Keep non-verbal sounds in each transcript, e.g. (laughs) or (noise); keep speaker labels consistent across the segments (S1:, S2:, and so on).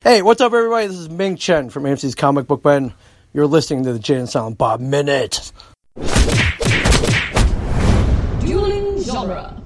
S1: Hey, what's up, everybody? This is Ming Chen from AMC's Comic Book Ben. You're listening to the Jay and Silent Bob Minute.
S2: Dueling genre.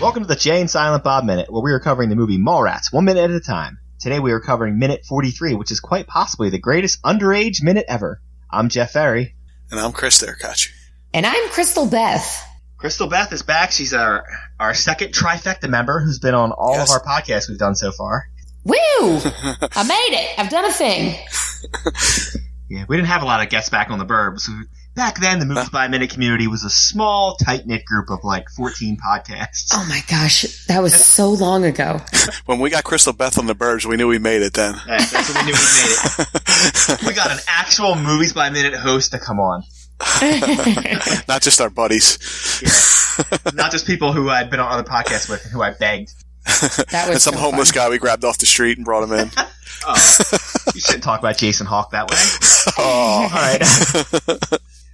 S3: Welcome to the Jay and Silent Bob Minute, where we are covering the movie Mallrats one minute at a time. Today we are covering minute 43, which is quite possibly the greatest underage minute ever. I'm Jeff Ferry.
S4: And I'm Chris Therkach.
S5: And I'm Crystal Beth.
S3: Crystal Beth is back. She's our our second trifecta member who's been on all
S4: Yes.
S3: of our podcasts we've done so far.
S5: Woo! I made it. I've done a thing.
S3: Yeah, we didn't have a lot of guests back on the burbs. Back then, the Movies by Minute community was a small, tight knit group of like 14 podcasts.
S5: Oh my gosh, that was so long (laughs) ago.
S4: When we got Crystal Beth on the Burbs, we knew we made it
S5: (laughs)
S4: then. (laughs)
S3: Yeah, that's when we knew we made it. (laughs) We got an actual Movies by Minute host to come on.
S4: Not just our buddies.
S3: Yeah. Not just people who I'd been on other podcasts with and who I begged.
S5: (laughs) That
S4: And
S5: was
S4: some
S5: so
S4: homeless
S5: fun.
S4: guy we grabbed off the street and brought him
S5: (laughs)
S4: in.
S3: Oh, you shouldn't talk about Jason Hawk that way.
S4: oh,
S5: (laughs)
S3: All right.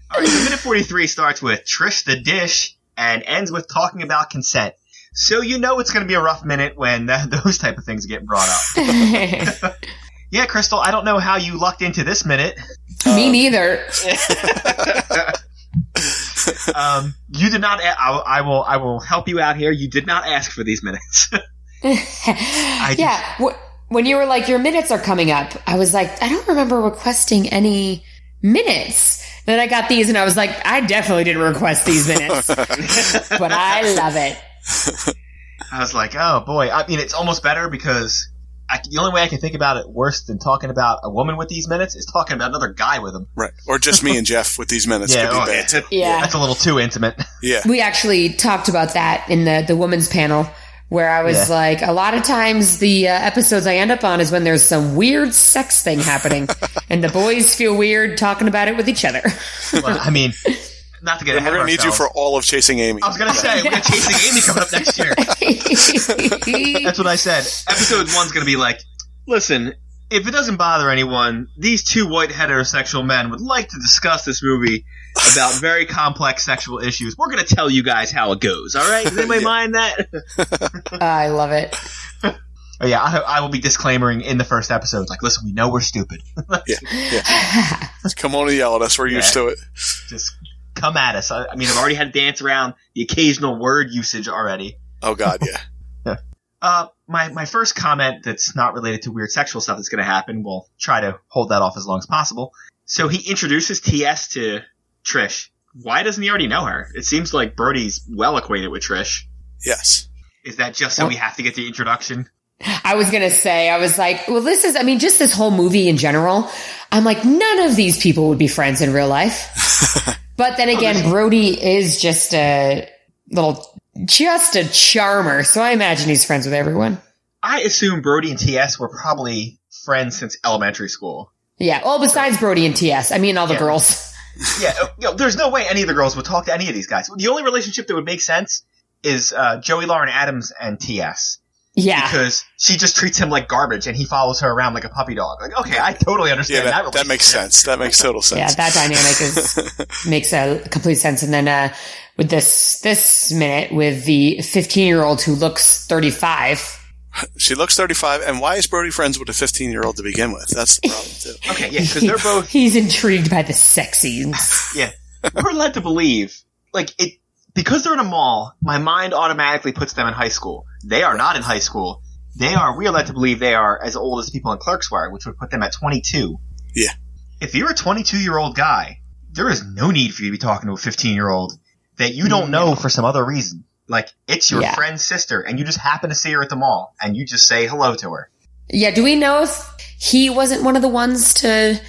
S3: All right, so minute 43 starts with Trish the Dish and ends with talking about consent. So you know it's going to be a rough minute when (laughs) th- those type of things get brought up. yeah, Crystal, I don't know how you lucked into this minute.
S5: Me neither.
S3: Um, you did not. A- I, will- I will. I will help you out here. You did not ask for these minutes.
S5: (laughs) yeah. wh- when you were like, your minutes are coming up, I was like, I don't remember requesting any minutes. Then I got these and I was like, I definitely didn't request these minutes. but I love it.
S3: I was like, oh boy. I mean, it's almost better because I, the only way I can think about it worse than talking about a woman with these minutes is talking about another guy with them.
S4: right. Or just me and Jeff with these minutes. Could be
S3: oh,
S4: bad.
S5: (laughs) Yeah.
S3: that's a little too intimate. (laughs)
S4: Yeah.
S5: We actually talked about that in the the women's panel where I was
S3: Yeah.
S5: like, a lot of times the uh, episodes I end up on is when there's some weird sex thing happening, and the boys feel weird talking about it with each other. (laughs)
S3: Well, I mean, not to get
S4: And
S3: ahead
S4: we're
S3: of
S4: going to need you
S3: ourselves.
S4: for all of Chasing Amy.
S3: I was gonna say we got chasing Amy coming up next year. That's what I said. Episode one's gonna be like, listen, if it doesn't bother anyone, these two white heterosexual men would like to discuss this movie about very complex sexual issues. We're gonna tell you guys how it goes. All right? Does
S4: (laughs)
S3: anybody mind that?
S5: I love it.
S3: Oh, yeah, I, I will be disclaiming in the first episode. Like, listen, we know we're stupid.
S4: Yeah. yeah. Come on and yell at us. We're used to it.
S3: Just come at us. I, I mean, I've already had to dance around the occasional word usage already.
S4: Oh, God, (laughs) yeah.
S3: Uh, my, my first comment that's not related to weird sexual stuff that's going to happen, we'll try to hold that off as long as possible. So he introduces TS to Trish. Why doesn't he already know her? It seems like Brody's well acquainted with Trish.
S4: Yes.
S3: Is that just so we have to get the introduction?
S5: I was gonna say, I was like, well, this is, I mean, just this whole movie in general. I'm like, none of these people would be friends in real life. but then again, Brody is just a little, just a charmer. So I imagine he's friends with everyone.
S3: I assume Brody and TS were probably friends since elementary school.
S5: Yeah. Well, besides Brody and TS, I mean, all the
S3: Yeah.
S5: girls.
S3: Yeah, uh, you know, there's no way any of the girls would talk to any of these guys. The only relationship that would make sense is uh, Joey Lauren Adams and TS.
S4: Ah.
S5: Yeah.
S3: because she just treats him like garbage and he follows her around like a puppy dog. Like, okay, I totally
S4: Yeah,
S3: understand that.
S4: that, that
S3: relationship.
S4: makes sense. That makes total
S5: Yeah.
S4: sense.
S5: That dynamic
S3: (laughs)
S5: is, makes a complete sense. And then, uh, with this, this minute with the 15 year old who looks (laughs) 35.
S4: she looks 35, and why is Brody friends with a 15 year old to begin with? That's the problem, (laughs) too.
S3: Okay, yeah, because they're both.
S5: He's intrigued by the sex scenes.
S3: Yeah, we're led to believe like it because they're in a mall. My mind automatically puts them in high school. They are not in high school. They are. We are led to believe they are as old as people in clerks were, which would put them at 22.
S4: Yeah.
S3: If you're a 22 year old guy, there is no need for you to be talking to a 15 year old that you don't know for some other reason. Like it's your
S5: Yeah.
S3: friend's sister, and you just happen to see her at the mall, and you just say hello to her.
S5: Yeah, do we know if he wasn't one of the ones to,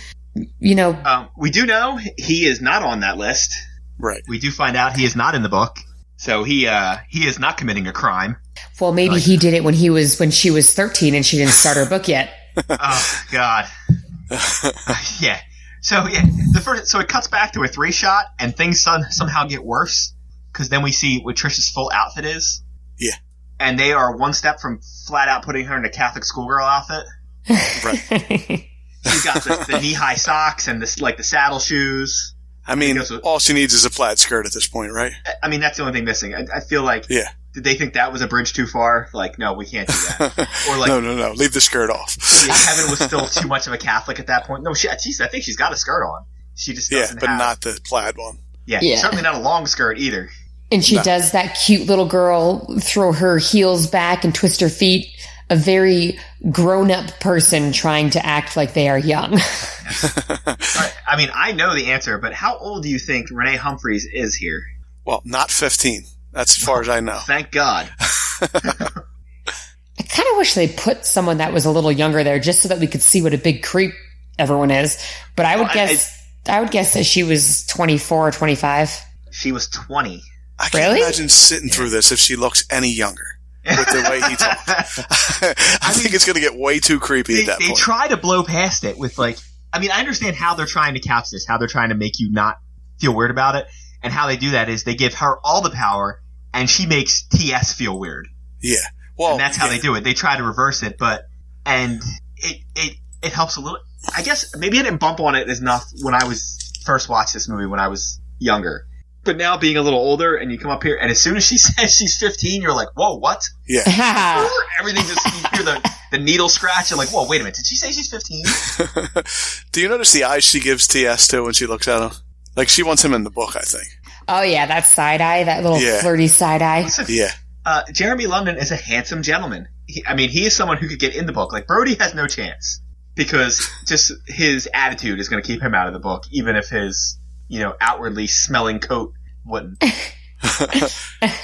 S5: you know,
S3: Um, we do know he is not on that list.
S4: Right.
S3: We do find out he is not in the book, so he uh, he is not committing a
S4: (laughs)
S3: crime.
S5: well, maybe he did it when he was, when she was 13 and she didn't start her book yet. (laughs)
S3: oh
S4: (laughs)
S3: God, yeah. So yeah, the first so it cuts back to a three shot, and things son- somehow get worse because then we see what Trish's full outfit is.
S4: Yeah.
S3: and they are one step from flat out putting her in a Catholic schoolgirl outfit.
S4: Right. (laughs)
S3: She's got the, the knee high socks and this like the saddle shoes.
S4: I mean,
S3: guess it-
S4: all she needs is a plaid skirt at this point, right?
S3: I- I mean, that's the only thing missing. I, I feel like
S4: Yeah.
S3: did they think that was a bridge too far? Like, no, we can't do
S4: (laughs)
S3: that. or like,
S4: no, no, no. Leave the skirt off.
S3: yeah, Heaven was still too much of a Catholic at that point. No, she, geez, I think she's got a skirt on. She just
S4: Yeah,
S3: doesn't
S4: but
S3: have-
S4: not the plaid one.
S3: yeah,
S5: Yeah.
S3: certainly not a long skirt either.
S5: And she does that cute little girl throw her heels back and twist her feet. A very grown up person trying to act like they are young. (laughs)
S3: I, I mean, I know the answer, but how old do you think Renee Humphreys is here?
S4: Well, not 15. That's as far as I know.
S3: Thank God.
S5: I kind of wish they put someone that was a little younger there just so that we could see what a big creep everyone is. But I would
S3: Well, I-
S5: guess, I, would guess that she was 24 or (laughs) 25.
S3: She was twenty.
S4: I can't
S5: Really?
S4: imagine sitting through this if she looks any younger with the way he talks.
S3: (laughs)
S4: (laughs) I think it's going to get way too creepy
S3: They,
S4: at that
S3: they
S4: point.
S3: try to blow past it with like, I mean, I understand how they're trying to couch this, how they're trying to make you not feel weird about it, and how they do that is they give her all the power, and she makes TS feel weird.
S4: yeah. Well,
S3: and that's how
S4: Oh, yeah.
S3: they do it. They try to reverse it, but and it it it helps a little. I guess maybe I didn't bump on it enough when I was first watched this movie when I was younger. But now being a little older, and you come up here, and as soon as she (laughs) says she's 15, you're like, "Whoa, what?" (laughs)
S4: Yeah. (laughs)
S5: Oh,
S3: Everything just you hear the the needle scratch. You're like, "Whoa, wait a minute! Did she say she's 15?"
S4: do you notice the eyes she gives TS to when she looks at him? Like she wants him in the book, I think.
S5: oh, yeah, that side eye, that little
S4: Yeah.
S5: flirty side eye.
S4: Yeah.
S3: Uh, Jeremy London is a handsome gentleman. He, I mean, he is someone who could get in the book. Like Brody has no chance because just his attitude is going to keep him out of the book, even if his you know outwardly smelling coat wouldn't. (laughs)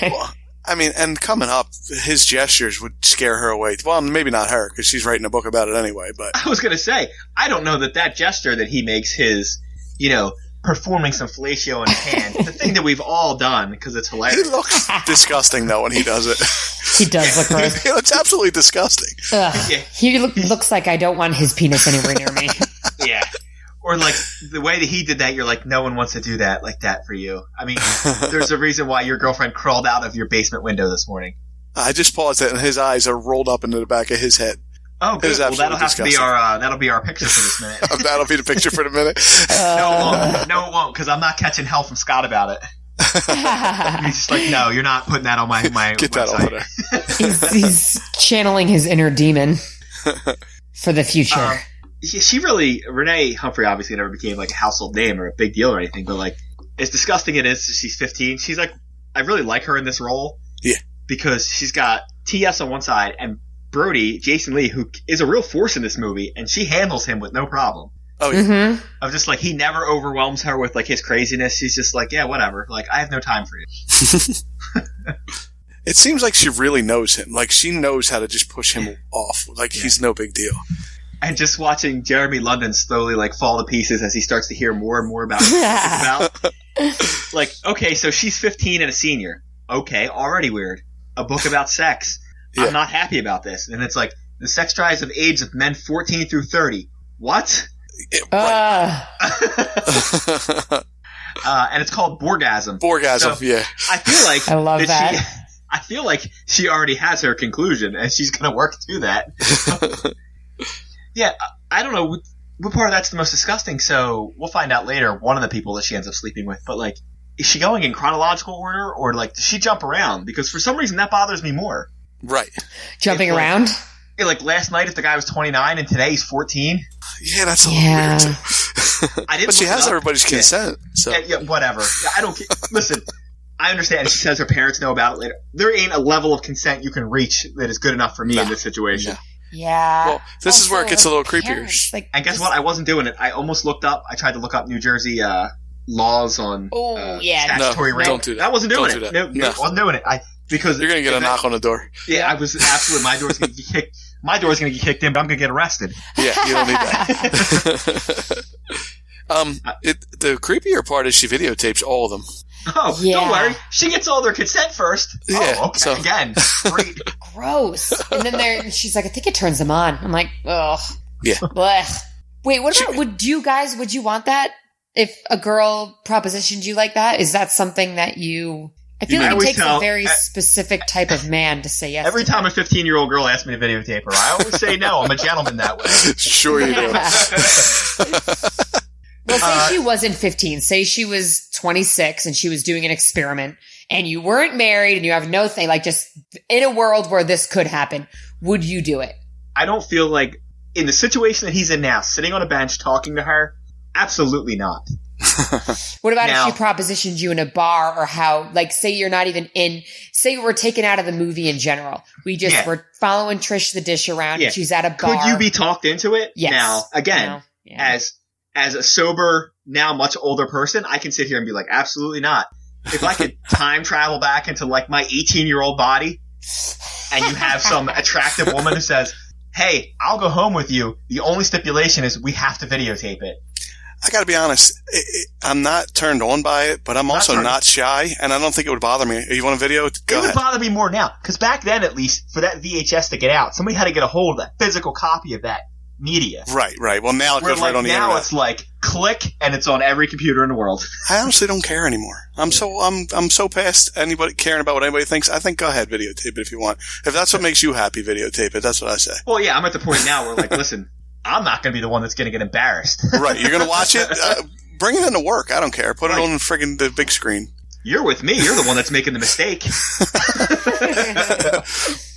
S4: Well, I mean, and coming up, his gestures would scare her away. Well, maybe not her because she's writing a book about it anyway. But
S3: I was going to say, I don't know that that gesture that he makes his you know performing some fellatio in his hand, the thing that we've all done because it's
S4: he (laughs)
S3: hilarious. (laughs)
S4: looks disgusting though when he does it. (laughs)
S5: He does look gross.
S4: he looks
S3: (laughs)
S4: absolutely disgusting.
S5: Ugh.
S3: Yeah.
S5: He look, looks like I don't want his penis anywhere near me.
S3: yeah. Or like the way that he did that, you're like, no one wants to do that like that for you. I mean, there's a reason why your girlfriend crawled out of your basement window this morning.
S4: I just paused it, and his eyes are rolled up into the back of his head. (laughs)
S3: Oh,
S4: It
S3: good.
S4: was
S3: Well,
S4: absolutely
S3: that'll have to be
S4: disgusting.
S3: our uh, that'll be our picture for this
S4: (laughs)
S3: minute.
S4: That'll be the picture for
S3: (laughs)
S4: the minute.
S3: (laughs) no, it won't. No, it won't, because I'm not catching hell from Scott about it.
S5: (laughs)
S3: He's just like, no, you're not putting that on my my.
S4: Get that
S3: website.
S4: off of there.
S5: he's, he's channeling his inner demon for the future.
S3: Um, she, she really Renee Humphrey obviously never became like a household name or a big deal or anything, but like as disgusting it is, that she's 15. She's like, I really like her in this role.
S4: Yeah.
S3: because she's got TS on one side and Brody Jason Lee, who is a real force in this movie, and she handles him with no problem.
S4: Oh, yeah.
S5: hmm
S3: Of just like he never overwhelms her with like his craziness. She's just like, yeah, whatever. Like I have no time for you.
S4: It seems like she really knows him. Like she knows how to just push him off. Like he's no big deal.
S3: And just watching Jeremy London slowly like fall to pieces as he starts to hear more and more about what it's about. Like, okay, so she's 15 and a senior. Okay, already weird. A book about sex.
S4: Yeah.
S3: I'm not happy about this. And it's like the sex drives of age of men 14 through 30. What? (laughs)
S4: It- right.
S5: (laughs) Uh,
S4: (laughs)
S3: Uh, and it's called Borgasm.
S4: Orgasm.
S3: So-
S4: yeah.
S3: I feel like
S5: I love that.
S3: She, (laughs) I feel like she already has her conclusion, and she's going to work through that.
S5: (laughs)
S3: yeah, I, I don't know what, what part of that's the most disgusting. So we'll find out later. One of the people that she ends up sleeping with, but like, is she going in chronological order, or like does she jump around? Because for some reason that bothers me more.
S4: Right.
S5: jumping
S3: it's like-
S5: around.
S3: Yeah, like last night, if the guy was 29 and today he's 14,
S4: Yeah, that's a little
S5: Yeah.
S4: weird too.
S3: I didn't.
S4: (laughs) But she
S3: look it
S4: has
S3: up.
S4: everybody's
S3: Yeah.
S4: consent. So
S3: Yeah, yeah, whatever. Yeah, I don't. ca- (laughs) Listen, I understand. She says her parents know about it later. There ain't a level of consent you can reach that is good enough for me in this situation.
S4: No.
S5: Yeah.
S4: Well, this is where it
S5: Also,
S4: gets a little creepier.
S5: parents, like,
S3: And guess
S5: this-
S3: what? I wasn't doing it. I almost looked up. I tried to look up New Jersey uh, laws on
S5: Oh,
S3: uh,
S5: yeah.
S3: statutory
S4: No,
S3: rape.
S4: don't do that.
S3: I wasn't doing
S4: Don't
S3: it.
S4: do
S3: No,
S4: that.
S3: no,
S4: No.
S3: I wasn't doing it. I because
S4: you're gonna get a
S3: if that-
S4: knock on the door.
S3: Yeah, I was absolutely. My door's gonna get kicked. My door's gonna get kicked in, but I'm gonna get arrested.
S4: Yeah, you don't need
S3: (laughs)
S4: that. (laughs) um, it, the creepier part is she videotapes all of them.
S3: Oh,
S5: Yeah.
S3: don't worry. She gets all their consent first.
S4: Yeah,
S3: oh, okay.
S4: so-
S3: Again,
S4: (laughs)
S3: great.
S5: (laughs) gross. And then there, she's like, I think it turns them on. I'm like, ugh.
S4: Yeah.
S5: Blech. Wait, what about, would you guys, would you want that? If a girl propositioned you like that, is that something that you, I feel
S3: know, I
S5: like it
S3: always
S5: takes a
S3: tell-
S5: very
S4: e-
S3: I-
S5: specific type of man to say yes.
S3: Every
S5: to
S3: time a 15 year old girl asks me to videotape her, (laughs)
S4: (laughs)
S3: I always say no. I'm a gentleman that way.
S4: Sure you do.
S5: that. Well, say
S3: Uh,
S5: she wasn't 15. Say she was 26 and she was doing an experiment and you weren't married and you have no thing, like just in a world where this could happen, would you do it?
S3: I don't feel like in the situation that he's in now, sitting on a bench talking to her, absolutely not.
S5: What about
S3: No.
S5: if she propositioned you in a bar or how, like, say you're not even in, say we're taken out of the movie in general. We just
S3: Yeah.
S5: were following Trish the Dish around
S3: Yeah.
S5: and she's at a
S3: Could
S5: bar.
S3: you be talked into it?
S5: Yes.
S3: Now, again,
S5: No. Yeah.
S3: as as a sober, now much older person, I can sit here and be like, absolutely not. If I could time travel back into like my 18 year old body, and you have some attractive woman who says, "Hey, I'll go home with you. The only stipulation is we have to videotape it."
S4: I got to be honest. It, it, I'm not turned on by it, but I'm also
S3: turned-
S4: not shy, and I don't think it would bother me. You want a video? Go
S3: it would
S4: ahead.
S3: bother me more now because back then, at least, for that VHS to get out, somebody had to get a hold of that physical copy of that media.
S4: right, right. Well, now it
S3: Where
S4: goes
S3: like
S4: right on the
S3: now
S4: internet.
S3: it's like click and it's on every computer in the world.
S4: I honestly don't care anymore. I'm so I'm I'm so past anybody caring about what anybody thinks. I think go ahead, videotape it if you want. If that's what makes you happy, videotape it. That's what I say.
S3: Well, yeah, I'm at the point now where like, listen, I'm not going to be the one that's going to get embarrassed.
S4: Right, you're gonna watch it. Uh, bring it into work. I don't care. Put
S3: Right.
S4: it on friggin' the big screen.
S3: You're with me. You're the one that's making the
S4: (laughs)
S3: mistake.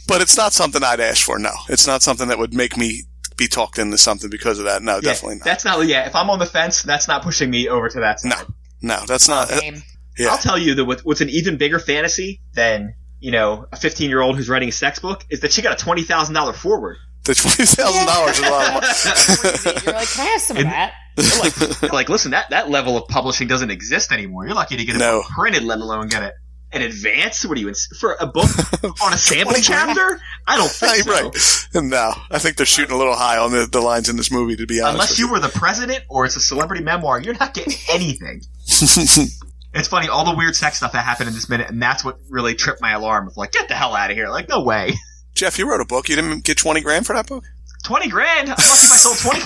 S4: But it's not something I'd ask for. No, it's not something that would make me be talked into something because of that. No,
S3: Yeah,
S4: definitely not.
S3: That's not. Yeah, if I'm on the fence, that's not pushing me over to that side.
S4: No. No, that's not. uh,
S5: Same.
S4: yeah,
S3: I'll tell you that what, what's an even bigger fantasy than you know a 15 year old who's writing a sex book is that she got a twenty thousand dollar
S4: (laughs)
S3: forward.
S4: the twenty thousand dollars is a lot of money.
S3: (laughs)
S5: You're like, can I have some of that?
S3: You're like, listen, that that level of publishing doesn't exist anymore. You're lucky to get it
S4: No.
S3: printed, let alone get it in advance. What do you ins- for a
S4: (laughs)
S3: book on a sample chapter? I don't think so.
S4: right? No, I think they're shooting a little high on the, the lines in this movie. To be honest,
S3: Unless
S4: with
S3: you were the president or it's a celebrity memoir, you're not (laughs) getting anything. It's funny, all the weird sex stuff that happened in this minute, and that's what really tripped my alarm of like, get the hell out of here. Like, no way.
S4: (laughs)
S3: (laughs)
S4: Jeff, you wrote a book. You didn't get twenty grand for that book. (laughs)
S3: 20 grand? I'm lucky if I sold 20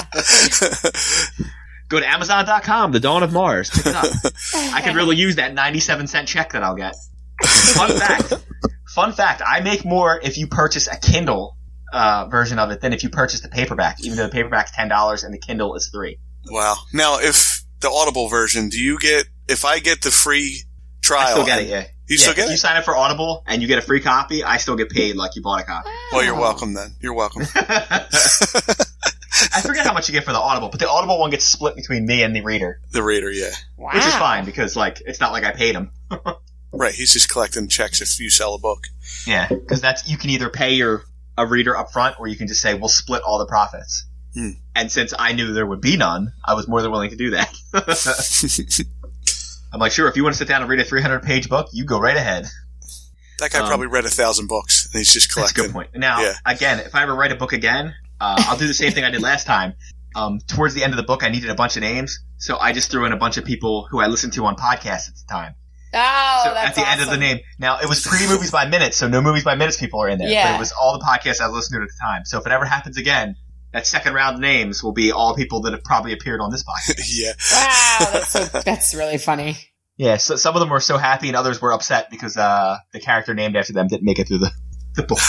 S3: copies. (laughs) Go to Amazon.com, The Dawn of Mars. Pick it up. I could really use that 97 cent check that I'll get. Fun fact. Fun fact. I make more if you purchase a Kindle uh, version of it than if you purchase the paperback, even though the paperback's $10 and the Kindle is 3
S4: Wow. Now, if the Audible version, do you get? If I get the free trial,
S3: I still get it, yeah.
S4: You
S3: Yeah,
S4: still get
S3: if
S4: it.
S3: you sign up for Audible and you get a free copy, I still get paid like you bought a
S4: (laughs)
S3: copy.
S5: "Oh,
S4: well, you're welcome then. You're welcome. (laughs)
S3: I forget how much you get for the Audible, but the Audible one gets split between me and the reader,
S4: the reader, yeah.
S5: Wow.
S3: which is fine because like it's not like I paid him.
S4: Right. He's just collecting checks if you sell
S3: (laughs)
S4: a book.
S3: Yeah, because that's you can either pay your a reader up front or you can just say we'll split all the profits.
S4: Hmm.
S3: And since I knew there would be none, I was more than willing to do that. (laughs) I'm like, sure, if you want to sit down and read a 300 page book, you go right ahead.
S4: That guy
S3: Um,
S4: probably read a thousand books and he's just
S3: That's a
S4: collecting.
S3: good point. Now,
S4: Yeah.
S3: again, if I ever write a book again, uh, I'll do the same thing I did last time. Um, towards the end of the book, I needed a bunch of names, so I just threw in a bunch of people who I listened to on podcasts at the time.
S5: Oh,
S3: so
S5: that's
S3: at the end of the
S5: awesome.
S3: name, now it was pre movies by minutes, so no movies by minutes people are in there. But
S5: Yeah.
S3: it was all the podcasts I listened to at the time. So if it ever happens again, that second round of names will be all people that have probably appeared on this podcast.
S4: (laughs) yeah.
S5: Wow, that's,
S3: (laughs)
S5: so, that's really funny.
S3: yeah, so some of them were so happy, and others were upset because uh, the character named after them didn't make it through the, the book.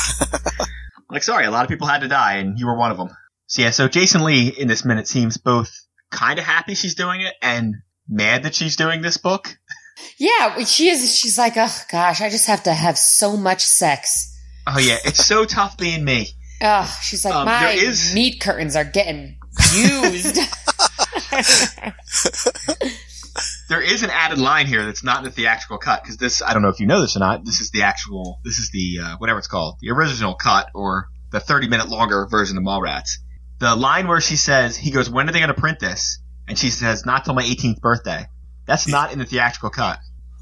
S3: like, sorry, a lot of people had to die, and you were one of them. So yeah, so Jason Lee in this minute seems both kind of happy she's doing it and mad that she's doing this book.
S5: Yeah, she is. She's like, oh gosh, I just have to have so much sex.
S3: Oh yeah, it's so tough being me.
S5: Oh, she's like,
S3: Um,
S5: my
S3: there is-
S5: meat curtains are getting used.
S3: there is an added line here that's not in the theatrical cut because this I don't know if you know this or not. This is the actual. This is the uh, whatever it's called, the original cut or the 30 minute longer version of Mallrats. The line where she says he goes, "When are they going to print this?" and she says, "Not till my 18th birthday." That's not in the theatrical cut.
S5: (laughs)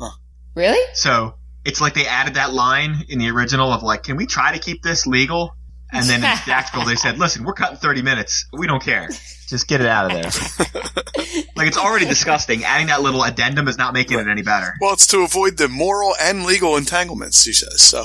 S5: really?
S3: So it's like they added that line in the original of like, "Can we try to keep this legal?" And then in the theatrical they said, "Listen, we're cutting 30 minutes. We don't care. Just get it out of there." like it's already disgusting. Adding that little addendum is not making it any better.
S4: Well, it's to avoid the moral and legal entanglements, he says. So,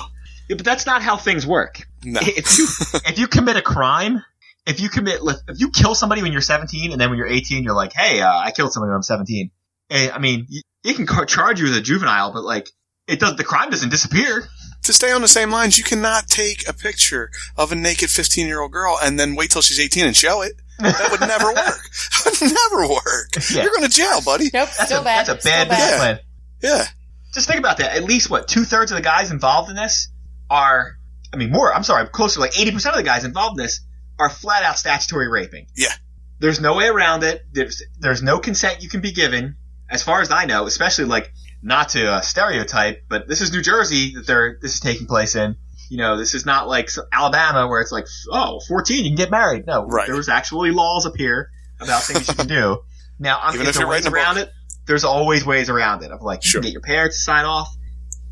S3: Yeah, but that's not how things work.
S4: no.
S3: If you if you commit a crime, if you commit like, if you kill somebody when you're 17 and then when you're 18 you're like, "Hey, uh, I killed somebody when I'm 17." Eh, I mean, you, it can car- charge you as a juvenile, but like it does the crime doesn't disappear.
S4: to stay on the same lines, you cannot take a picture of a naked 15 year old girl and then wait till she's 18 and show it. That
S3: (laughs)
S4: would never work. That would never work.
S3: Yeah.
S4: You're going to jail, buddy.
S5: Nope,
S3: That's
S5: still
S3: a,
S5: bad.
S3: That's a
S5: still
S3: bad
S4: Yeah.
S3: business plan.
S4: Yeah.
S3: Just think about that. At least what two thirds of the guys involved in this are. I mean, more. I'm sorry, closer to like eighty percent of the guys involved in this are flat out statutory raping.
S4: Yeah.
S3: There's no way around it. There's there's no consent you can be given, as far as I know. Especially like not to uh, stereotype, but this is New Jersey that they're this is taking place in. You know, this is not like s- Alabama where it's like, oh, 14, you can get married. No,
S4: Right.
S3: there was actually laws up here about things you can do. (laughs) Now, I'm
S4: Even if
S3: there
S4: you're
S3: ways
S4: writing a book.
S3: around it. There's always ways around it. Of like, you
S4: Sure.
S3: can get your parents to sign off.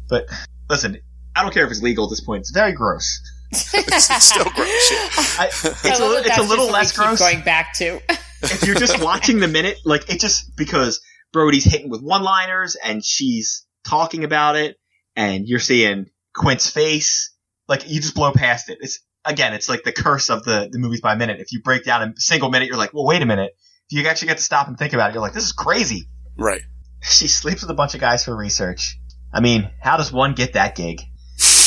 S3: But listen, I don't care if it's legal at this point. It's very
S4: (laughs)
S3: gross.
S5: (laughs)
S4: It's, it's still gross. Yeah.
S3: I, it's, a, li- it's a little less gross
S5: Going back to (laughs)
S3: if you're just watching the minute, like it just because Brody's hitting with one liners and she's talking about it, and you're seeing Quint's face, like you just blow past it. It's again, it's like the curse of the the movies by minute. If you break down a single minute, you're like, well, wait a minute. If you actually get to stop and think about it, you're like, this is crazy.
S4: Right.
S3: (laughs) She sleeps with a bunch of guys for research. I mean, how does one get that gig?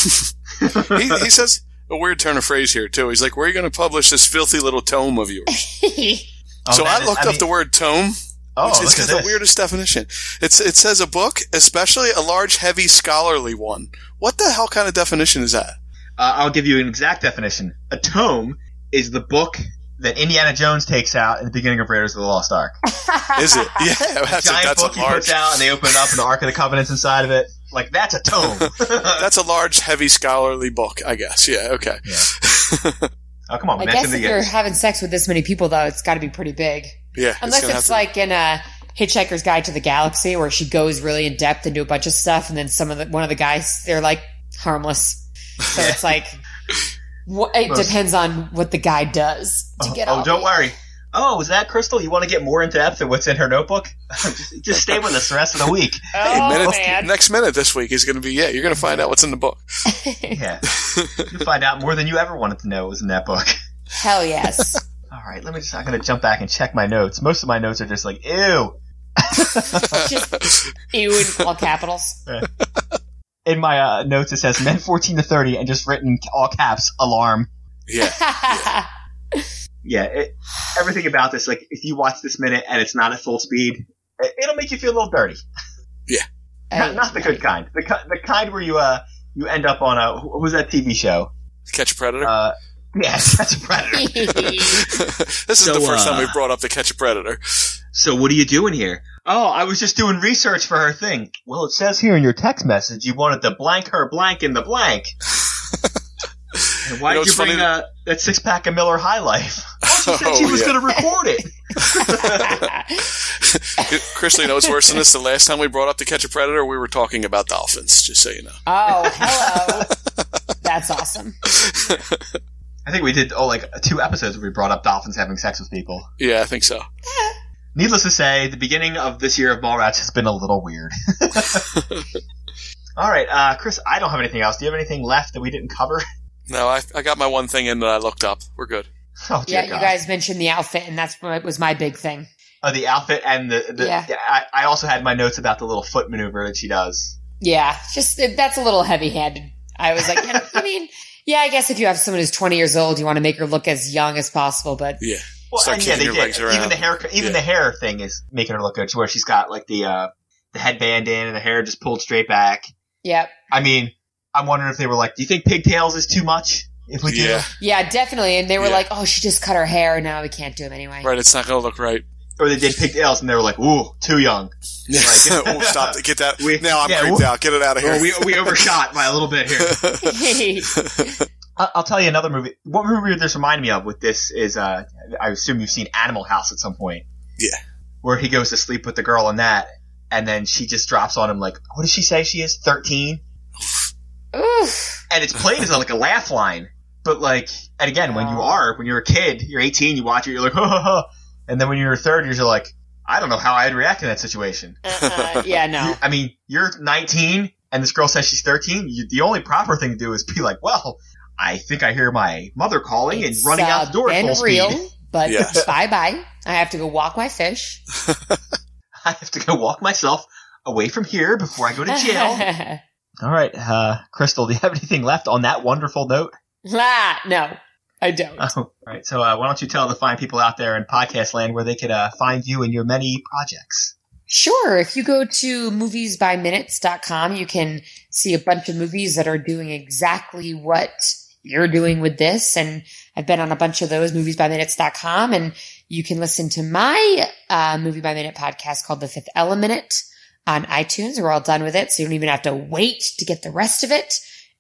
S4: He, he says a weird turn of phrase here, too. He's like, where are you going to publish this filthy little tome of yours?
S3: Oh,
S4: so
S3: that
S4: I
S3: is-
S4: looked up
S3: mean-
S4: the word tome.
S3: oh,
S4: Which
S3: look
S4: it's
S3: at
S4: got the
S3: this.
S4: weirdest definition. It's it says a book, especially a large, heavy, scholarly one. What the hell kind of definition is that?
S3: Uh, I'll give you an exact definition. A tome is the book that Indiana Jones takes out at the beginning of Raiders of the Lost Ark.
S4: Is it? (laughs) Yeah, that's a,
S3: Giant
S4: that's a
S3: book he
S4: large.
S3: puts out, and they open it up, and the Ark of the Covenant's inside of it. Like that's a tome.
S4: (laughs) That's a large, heavy, scholarly book. I guess. Yeah. Okay.
S3: oh come on,
S5: I
S3: mention
S5: guess
S3: the
S5: if you're
S3: years.
S5: having sex with this many people, though, it's got to be pretty big.
S4: Yeah.
S5: Unless
S4: gonna
S5: it's,
S4: have to-
S5: like in a Hitchhiker's Guide to the Galaxy, where she goes really in depth into a bunch of stuff, and then some of the one of the guys they're like harmless.
S3: (laughs)
S5: So it's like wha- it
S3: Most-
S5: depends on what the guy does to
S3: Oh,
S5: get.
S3: oh,
S5: off.
S3: don't worry. Oh, is that Crystal? You want to get more in depth of what's in her notebook? (laughs) just, just stay with us the rest of the week.
S5: Oh
S4: minute-
S5: man,
S4: next minute this week is going to be yeah. You're going to find out what's in the book. (laughs)
S3: Yeah, you'll find out more than you ever wanted to know was in that book. (laughs)
S5: hell yes.
S3: All right, let me just. I'm gonna jump back and check my notes. Most of my notes are just like, ew.
S5: Just ew in all capitals. (laughs)
S3: In my uh, notes, it says men (laughs) 14 to 30, and just written all caps, alarm.
S4: Yeah.
S3: yeah, it, everything about this, like if you watch this minute and it's not at full speed, it, it'll make you feel a little dirty. Not, not the good kind. The ki- the kind where you uh you end up on a what was that TV show?
S4: Catch a predator.
S3: Uh, yeah, (laughs) that's a predator.
S4: (laughs) this is
S3: so,
S4: the first time
S3: uh,
S4: we brought up the catch a predator.
S3: So what are you doing here? Oh, I was just doing research for her thing. Well, it says here in your text message you wanted to blank her blank in the blank.
S4: (laughs)
S3: And why
S4: You know,
S3: did you
S4: it's funny
S3: bring uh, that six pack of Miller High
S4: (laughs)
S3: Life? She said she
S4: Oh,
S3: was
S4: yeah.
S3: going to record it.
S4: Chris, you know what's worse than this? The last time we brought up the catch a predator, we were talking about dolphins. Just so you know.
S5: (laughs) oh, hello. That's awesome.
S3: I think we did oh like two episodes where we brought up dolphins having sex with people.
S4: Yeah, I think so.
S3: Needless to say, the beginning of this year of Mallrats has been a little
S4: (laughs)
S3: weird. (laughs) All right, uh, Chris, I don't have anything else. Do you have anything left that we didn't cover? (laughs)
S4: No, I, I got my one thing in that I looked up. We're good.
S3: Oh, dear
S5: Yeah, you
S3: God.
S5: guys mentioned the outfit, and that's what was my big thing.
S3: Oh, the outfit and the. the
S5: Yeah.
S3: I, I also had my notes about the little foot maneuver that she does.
S5: Yeah, just that's a little heavy-handed. I was like, (laughs) you know, I mean, yeah, I guess if you have someone who's 20 years old, you want to make her look as young as possible, but
S4: Yeah.
S3: Well,
S4: Start
S3: and yeah,
S4: kicking
S3: they
S4: your
S3: did.
S4: legs
S3: Even
S4: around.
S3: the hair, even
S4: Yeah.
S3: the hair thing is making her look good. Where she's got like the uh, the headband in and the hair just pulled straight back.
S5: yeah,
S3: I mean, I'm wondering if they were like, "Do you think pigtails is too much?" If we do,
S4: Yeah.
S5: yeah, definitely. And they were
S4: Yeah.
S5: like, oh, she just cut her hair, and now we can't do them anyway.
S4: Right, it's not going to look right.
S3: or they did pigtails and they were like, "Ooh, too young."
S4: (laughs)
S3: Like-
S4: oh, stop! Get that.
S3: We-
S4: now I'm
S3: yeah,
S4: freaked
S3: we-
S4: out. Get it out of here.
S3: Well, we, (laughs) we
S4: (laughs)
S3: overshot by a little bit here. I- I'll tell you another movie. What movie this reminded me of with this is, uh, I assume you've seen Animal House at some point.
S4: Yeah.
S3: Where he goes to sleep with the girl in that, and then she just drops on him like, what does she say she is? 13?
S5: (laughs) Oof.
S3: And it's played as like a laugh line. But like, and again, when you
S5: Wow.
S3: are, when you're a kid, you're 18, you watch it, you're like, (laughs) ha ha ha. And then when you're 30, you're like, I don't know how I'd react in that situation. Uh-huh.
S5: Uh-uh. (laughs) Yeah, no.
S3: I mean, you're 19 and this girl says she's 13. You, the only proper thing to do is be like, well, I think I hear my mother calling and
S5: It's,
S3: running out
S5: uh,
S3: the door at
S5: been
S3: full
S5: real,
S3: speed.
S5: but (laughs)
S4: Yeah.
S5: bye bye. I have to go walk my fish.
S3: (laughs) I have to go walk myself away from here before I go to jail.
S5: (laughs)
S3: All right, uh, Crystal, do you have anything left on that wonderful note?
S5: La, no.
S3: (laughs)
S5: I don't.
S3: Oh, (laughs) all right. So uh, why don't you tell the fine people out there in podcast land where they could uh, find you and your many projects?
S5: Sure. If you go to moviesbyminutes.com, you can see a bunch of movies that are doing exactly what you're doing with this. And I've been on a bunch of those, moviesbyminutes.com. And you can listen to my uh, movie by minute podcast called The Fifth Element on iTunes. We're all done with it. So you don't even have to wait to get the rest of it.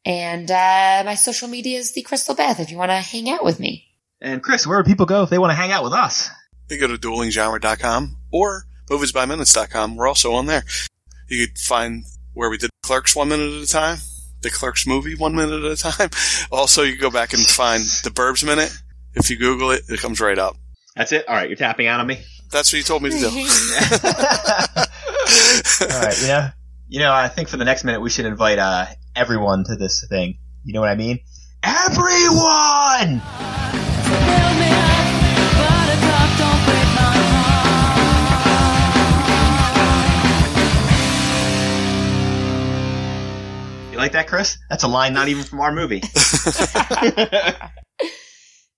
S5: And uh, my social media is The Crystal Beth if you want to hang out with me.
S3: And Chris, where would people go if they want to hang out with us?
S4: They go to duelinggenre.com or moviesbyminutes.com. We're also on there. You could find where we did Clerks one minute at a time, the Clerks movie one minute at a time. (laughs) Also, you go back and find the Burbs minute. If you Google it, it comes right up.
S3: That's it. All right, you're tapping out on (laughs) me.
S4: That's what you told me to do.
S3: All (laughs)
S4: (laughs)
S3: right, you know, you know, I think for the next minute we should invite uh, everyone to this thing. You know what I mean? Everyone. You like that, Chris? That's a line not even from our movie.